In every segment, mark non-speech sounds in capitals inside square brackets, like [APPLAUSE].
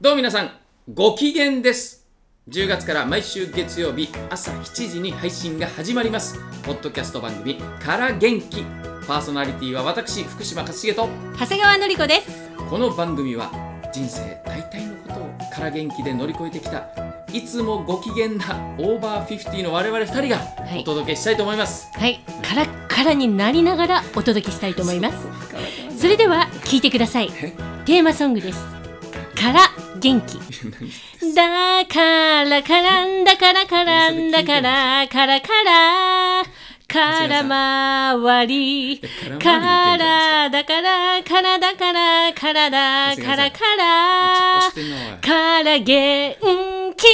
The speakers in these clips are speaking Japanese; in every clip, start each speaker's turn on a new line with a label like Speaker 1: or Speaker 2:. Speaker 1: どうも皆さんご機嫌です10月から毎週月曜日朝7時に配信が始まりますポッドキャスト番組から元気パーソナリティは私福島勝重と
Speaker 2: 長谷川のり子です
Speaker 1: この番組は人生大体のことをから元気で乗り越えてきたいつもご機嫌なオーバーフィフティの我々2人が
Speaker 2: い
Speaker 1: お届けしたいと思います、
Speaker 2: はいカラッカラになりながらお届けしたいと思いますそれでは聞いてください
Speaker 1: え
Speaker 2: テーマソングですから元
Speaker 1: [LAUGHS]
Speaker 2: 気だからからんだからからんだからからからから回り
Speaker 1: え
Speaker 2: からだからからだからからだ
Speaker 1: 長谷
Speaker 2: か
Speaker 1: 川さん
Speaker 2: らから
Speaker 1: ちょっと押してんなおい
Speaker 2: から元
Speaker 1: [LAUGHS]
Speaker 2: 気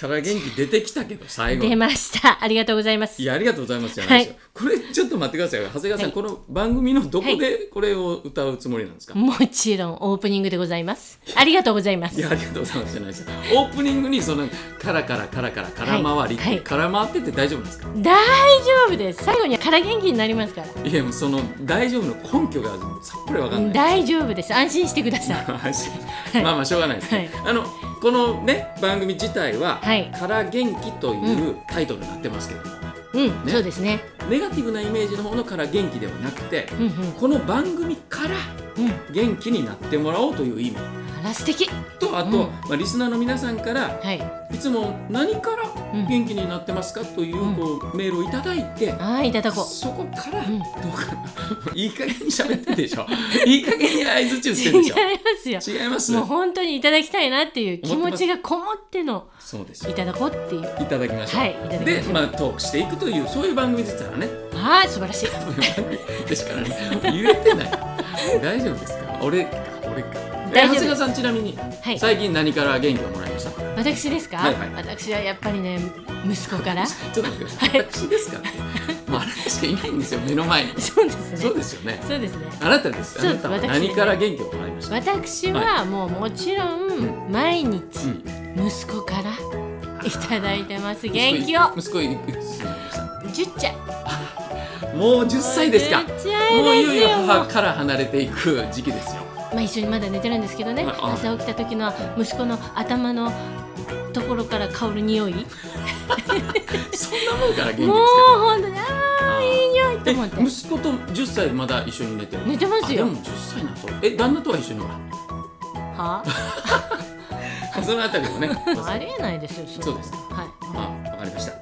Speaker 1: から元気出てきたけど最後
Speaker 2: 出ましたありがとうございます
Speaker 1: いやありがとうございますじゃないですよ、これちょっと待ってくださいよ長谷川さん、
Speaker 2: はい
Speaker 1: この番組のどこ
Speaker 2: は
Speaker 1: でこれを歌うつもりなんですか、い、
Speaker 2: もちろんオープニングでございます。ありがとうございます。
Speaker 1: やありがとうございますじゃないですよオープニングにそのカラカラカラカラ空回り、
Speaker 2: はいはい
Speaker 1: 空回ってて大丈夫なんですか
Speaker 2: 大丈夫です。最後にはから元気になりますから。
Speaker 1: いやもうその大丈夫の根拠がさっぱりわかんない
Speaker 2: 大丈夫です。安心してください。
Speaker 1: 安心まあまあしょうがないですね、あのこのね番組自体は
Speaker 2: はい
Speaker 1: 「から元気」というタイトルになってますけども、
Speaker 2: うん、
Speaker 1: ね
Speaker 2: そうですね。
Speaker 1: ネガティブなイメージの方の「から元気」ではなくて、
Speaker 2: うん
Speaker 1: この番組から
Speaker 2: うんうん。
Speaker 1: 元気になってもらおうという意味
Speaker 2: あら素敵。
Speaker 1: とあと、
Speaker 2: うん
Speaker 1: まあ、リスナーの皆さんから
Speaker 2: はい。
Speaker 1: いつも何から
Speaker 2: うん
Speaker 1: 元気になってますかという,、
Speaker 2: うん
Speaker 1: こうメールをいただいて、
Speaker 2: ああいただこう。
Speaker 1: そこから、
Speaker 2: うん
Speaker 1: どうかないい加減に喋ってるでしょいい加減に相づち打ってる
Speaker 2: 違
Speaker 1: で
Speaker 2: い
Speaker 1: し
Speaker 2: ますよ。
Speaker 1: ょ違います
Speaker 2: もう本当にいただきたいなっていう気持ちがこもっての
Speaker 1: そうです
Speaker 2: い
Speaker 1: よ
Speaker 2: ただこうっていう。
Speaker 1: いただきましょう、
Speaker 2: はいいただきましょう
Speaker 1: で、まあ、トークしていくというそういう番組ですからね [LAUGHS]
Speaker 2: ああ素晴らしい。
Speaker 1: ですからね言えてない大丈夫ですか俺か俺かえ
Speaker 2: 大丈夫
Speaker 1: 長
Speaker 2: です
Speaker 1: 谷川さんちなみに、
Speaker 2: はい。
Speaker 1: 最近何から元気をもらいました
Speaker 2: 私ですか、
Speaker 1: はいはい
Speaker 2: 私はやっぱりね息子
Speaker 1: [LAUGHS]
Speaker 2: から。
Speaker 1: ちょっと待ってください。私ですかって。もうあなたしかいないんですよ、目の前に。
Speaker 2: そうですね。
Speaker 1: そうですよね。
Speaker 2: そうですね。
Speaker 1: あなたです。
Speaker 2: そ
Speaker 1: あ
Speaker 2: う
Speaker 1: なたは
Speaker 2: 私
Speaker 1: 何から元気をもらいました。
Speaker 2: 私はもうもちろん毎日
Speaker 1: うん
Speaker 2: 息子からいただいてます元気を
Speaker 1: 息子いくつになりました。
Speaker 2: 10ちゃい
Speaker 1: もう10歳ですか。
Speaker 2: 10
Speaker 1: も
Speaker 2: ちゃいう
Speaker 1: い
Speaker 2: で
Speaker 1: よいよ
Speaker 2: すよもう
Speaker 1: 母から離れていく時期ですよ。
Speaker 2: まあ一緒にまだ寝てるんですけどね
Speaker 1: はいあ
Speaker 2: 朝起きた時の息子の頭のところから香る匂いもう
Speaker 1: そんなもんから元気ですか
Speaker 2: 本当にあ
Speaker 1: ら。
Speaker 2: ーいい匂いと思っ
Speaker 1: え
Speaker 2: て
Speaker 1: 息子と10歳でまだ一緒に寝てる
Speaker 2: 寝てますよ
Speaker 1: あでも10歳なんそうえ旦那とは一緒にほら
Speaker 2: は
Speaker 1: あそのあたりもね
Speaker 2: あありえないですよそ
Speaker 1: そう
Speaker 2: れ
Speaker 1: ですか
Speaker 2: はい
Speaker 1: あ、わかりま
Speaker 2: [LAUGHS]
Speaker 1: した。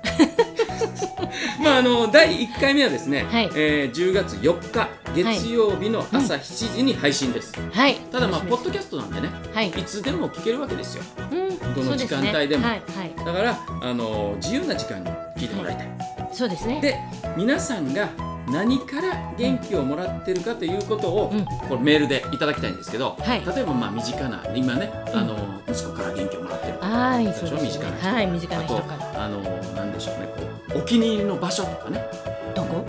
Speaker 1: まああの第1回目はですね、
Speaker 2: はい
Speaker 1: えー10月4日月曜日の朝7時に配信です。
Speaker 2: はい
Speaker 1: ただまあ
Speaker 2: 楽し
Speaker 1: ポ
Speaker 2: みで
Speaker 1: ッドキャストなんでね、
Speaker 2: すはい
Speaker 1: いつでも聞けるわけですよ。
Speaker 2: うん
Speaker 1: どの
Speaker 2: そうすね
Speaker 1: 時間帯でも
Speaker 2: はいはい
Speaker 1: だからあの自由な時間に聞いてもらいたい。
Speaker 2: そうですね
Speaker 1: で皆さんが何から元気をもらってるかということを、
Speaker 2: うん
Speaker 1: これメールでいただきたいんですけど、
Speaker 2: はい
Speaker 1: 例えばまあ身近な今ねあの、息子から元気をもらってるとか
Speaker 2: ああ
Speaker 1: で
Speaker 2: ー
Speaker 1: し
Speaker 2: そ
Speaker 1: ょ
Speaker 2: うで
Speaker 1: 身
Speaker 2: す
Speaker 1: 近
Speaker 2: ね
Speaker 1: な人
Speaker 2: はい身近
Speaker 1: あ
Speaker 2: な人
Speaker 1: と
Speaker 2: か
Speaker 1: あのなんでしょうねこうお気に入りの場所とかね、
Speaker 2: らどこ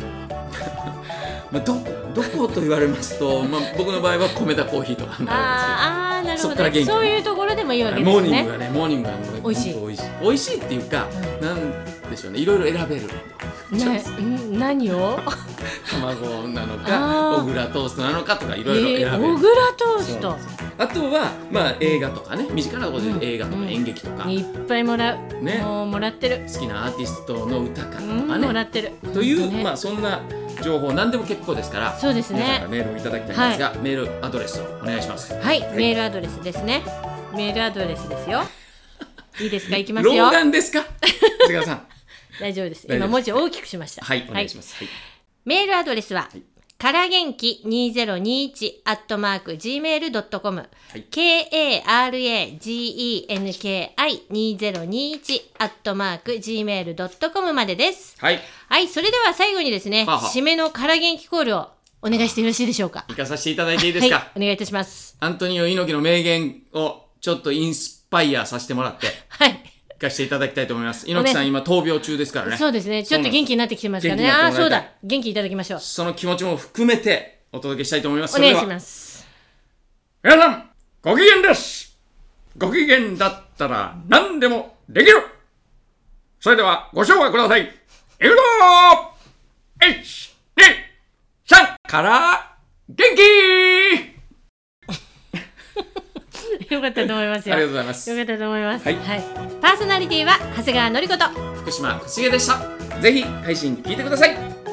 Speaker 1: まあ、どどこと言われますと、まあ、僕の場合は米田コーヒーとかにな
Speaker 2: あーあーなる
Speaker 1: そっ
Speaker 2: ほ
Speaker 1: から
Speaker 2: ど、
Speaker 1: 元気
Speaker 2: そういうところでもいいわ
Speaker 1: るん
Speaker 2: け
Speaker 1: ですけど、モー
Speaker 2: です
Speaker 1: ニングが
Speaker 2: ね
Speaker 1: ねモーニングがもう
Speaker 2: 美味しい
Speaker 1: 本当美味しい美味しいっていうか、なんでしょうねいろいろ選べる
Speaker 2: ね、ん何を
Speaker 1: 卵なの
Speaker 2: あ
Speaker 1: か
Speaker 2: ー
Speaker 1: 小倉トーストなのかとかい
Speaker 2: え
Speaker 1: ろいろ選べる、
Speaker 2: ー小倉トー
Speaker 1: そう
Speaker 2: ス
Speaker 1: な
Speaker 2: ト
Speaker 1: んですよあとは、まあ、映画とかね身近なところ
Speaker 2: うん
Speaker 1: で映画とか演劇とか、
Speaker 2: いっぱいもらう、
Speaker 1: ね
Speaker 2: もうもらってる、
Speaker 1: 好きなアーティストの歌かと
Speaker 2: うん
Speaker 1: か
Speaker 2: もら
Speaker 1: ね、
Speaker 2: ってる
Speaker 1: という、
Speaker 2: ね
Speaker 1: まあ、そんな情報何でも結構ですから
Speaker 2: そうです
Speaker 1: 皆さんから
Speaker 2: ね
Speaker 1: メールをいただきたいんですが、メールアドレスをお願いします。
Speaker 2: はいメールアドレスですねメールアドレスで
Speaker 1: [LAUGHS]
Speaker 2: すよいいですかいきます
Speaker 1: 老
Speaker 2: よ
Speaker 1: 眼です
Speaker 2: [LAUGHS]
Speaker 1: か？菅川さん。
Speaker 2: 大丈夫です
Speaker 1: 大丈夫です
Speaker 2: 今文字大きくしました
Speaker 1: はい、お願いします。はい。
Speaker 2: メールアドレスは、
Speaker 1: はい
Speaker 2: から元気2021アットマーク gmail.com、
Speaker 1: い
Speaker 2: karagenki2021 アットマーク gmail.com までです。
Speaker 1: はい、
Speaker 2: はい、それでは最後にですね、
Speaker 1: はあはあ
Speaker 2: 締めのから元気コールをお願いしてよろしいでしょうか。
Speaker 1: 行かさせていただいていいですか？
Speaker 2: はい、お願いいたします。
Speaker 1: アントニオ猪木の名言をちょっとインスパイアさせてもらって
Speaker 2: はい。
Speaker 1: 行かせていただきたいと思います。猪木さん
Speaker 2: お
Speaker 1: 今闘病中ですからね。
Speaker 2: そうですね。ちょっと元気になってきてますからね。
Speaker 1: 元気に
Speaker 2: あ
Speaker 1: な
Speaker 2: あ
Speaker 1: っ
Speaker 2: ー、
Speaker 1: ても
Speaker 2: そ
Speaker 1: ら
Speaker 2: う
Speaker 1: いたい
Speaker 2: だ。元気いただきましょう。
Speaker 1: その気持ちも含めてお届けしたいと思います。
Speaker 2: お願いし
Speaker 1: す。 [LAUGHS]
Speaker 2: ます。
Speaker 1: 皆さん、ご機嫌ですご機嫌だったら何でもできるそれではご唱和くださいいくぞー !1、2、3から元気
Speaker 2: よかったと思いますよ
Speaker 1: ありがとうございます
Speaker 2: よかったと思います
Speaker 1: はい
Speaker 2: パーソナリティは長谷川のりこと
Speaker 1: 福島口重でしたぜひ配信聞いてください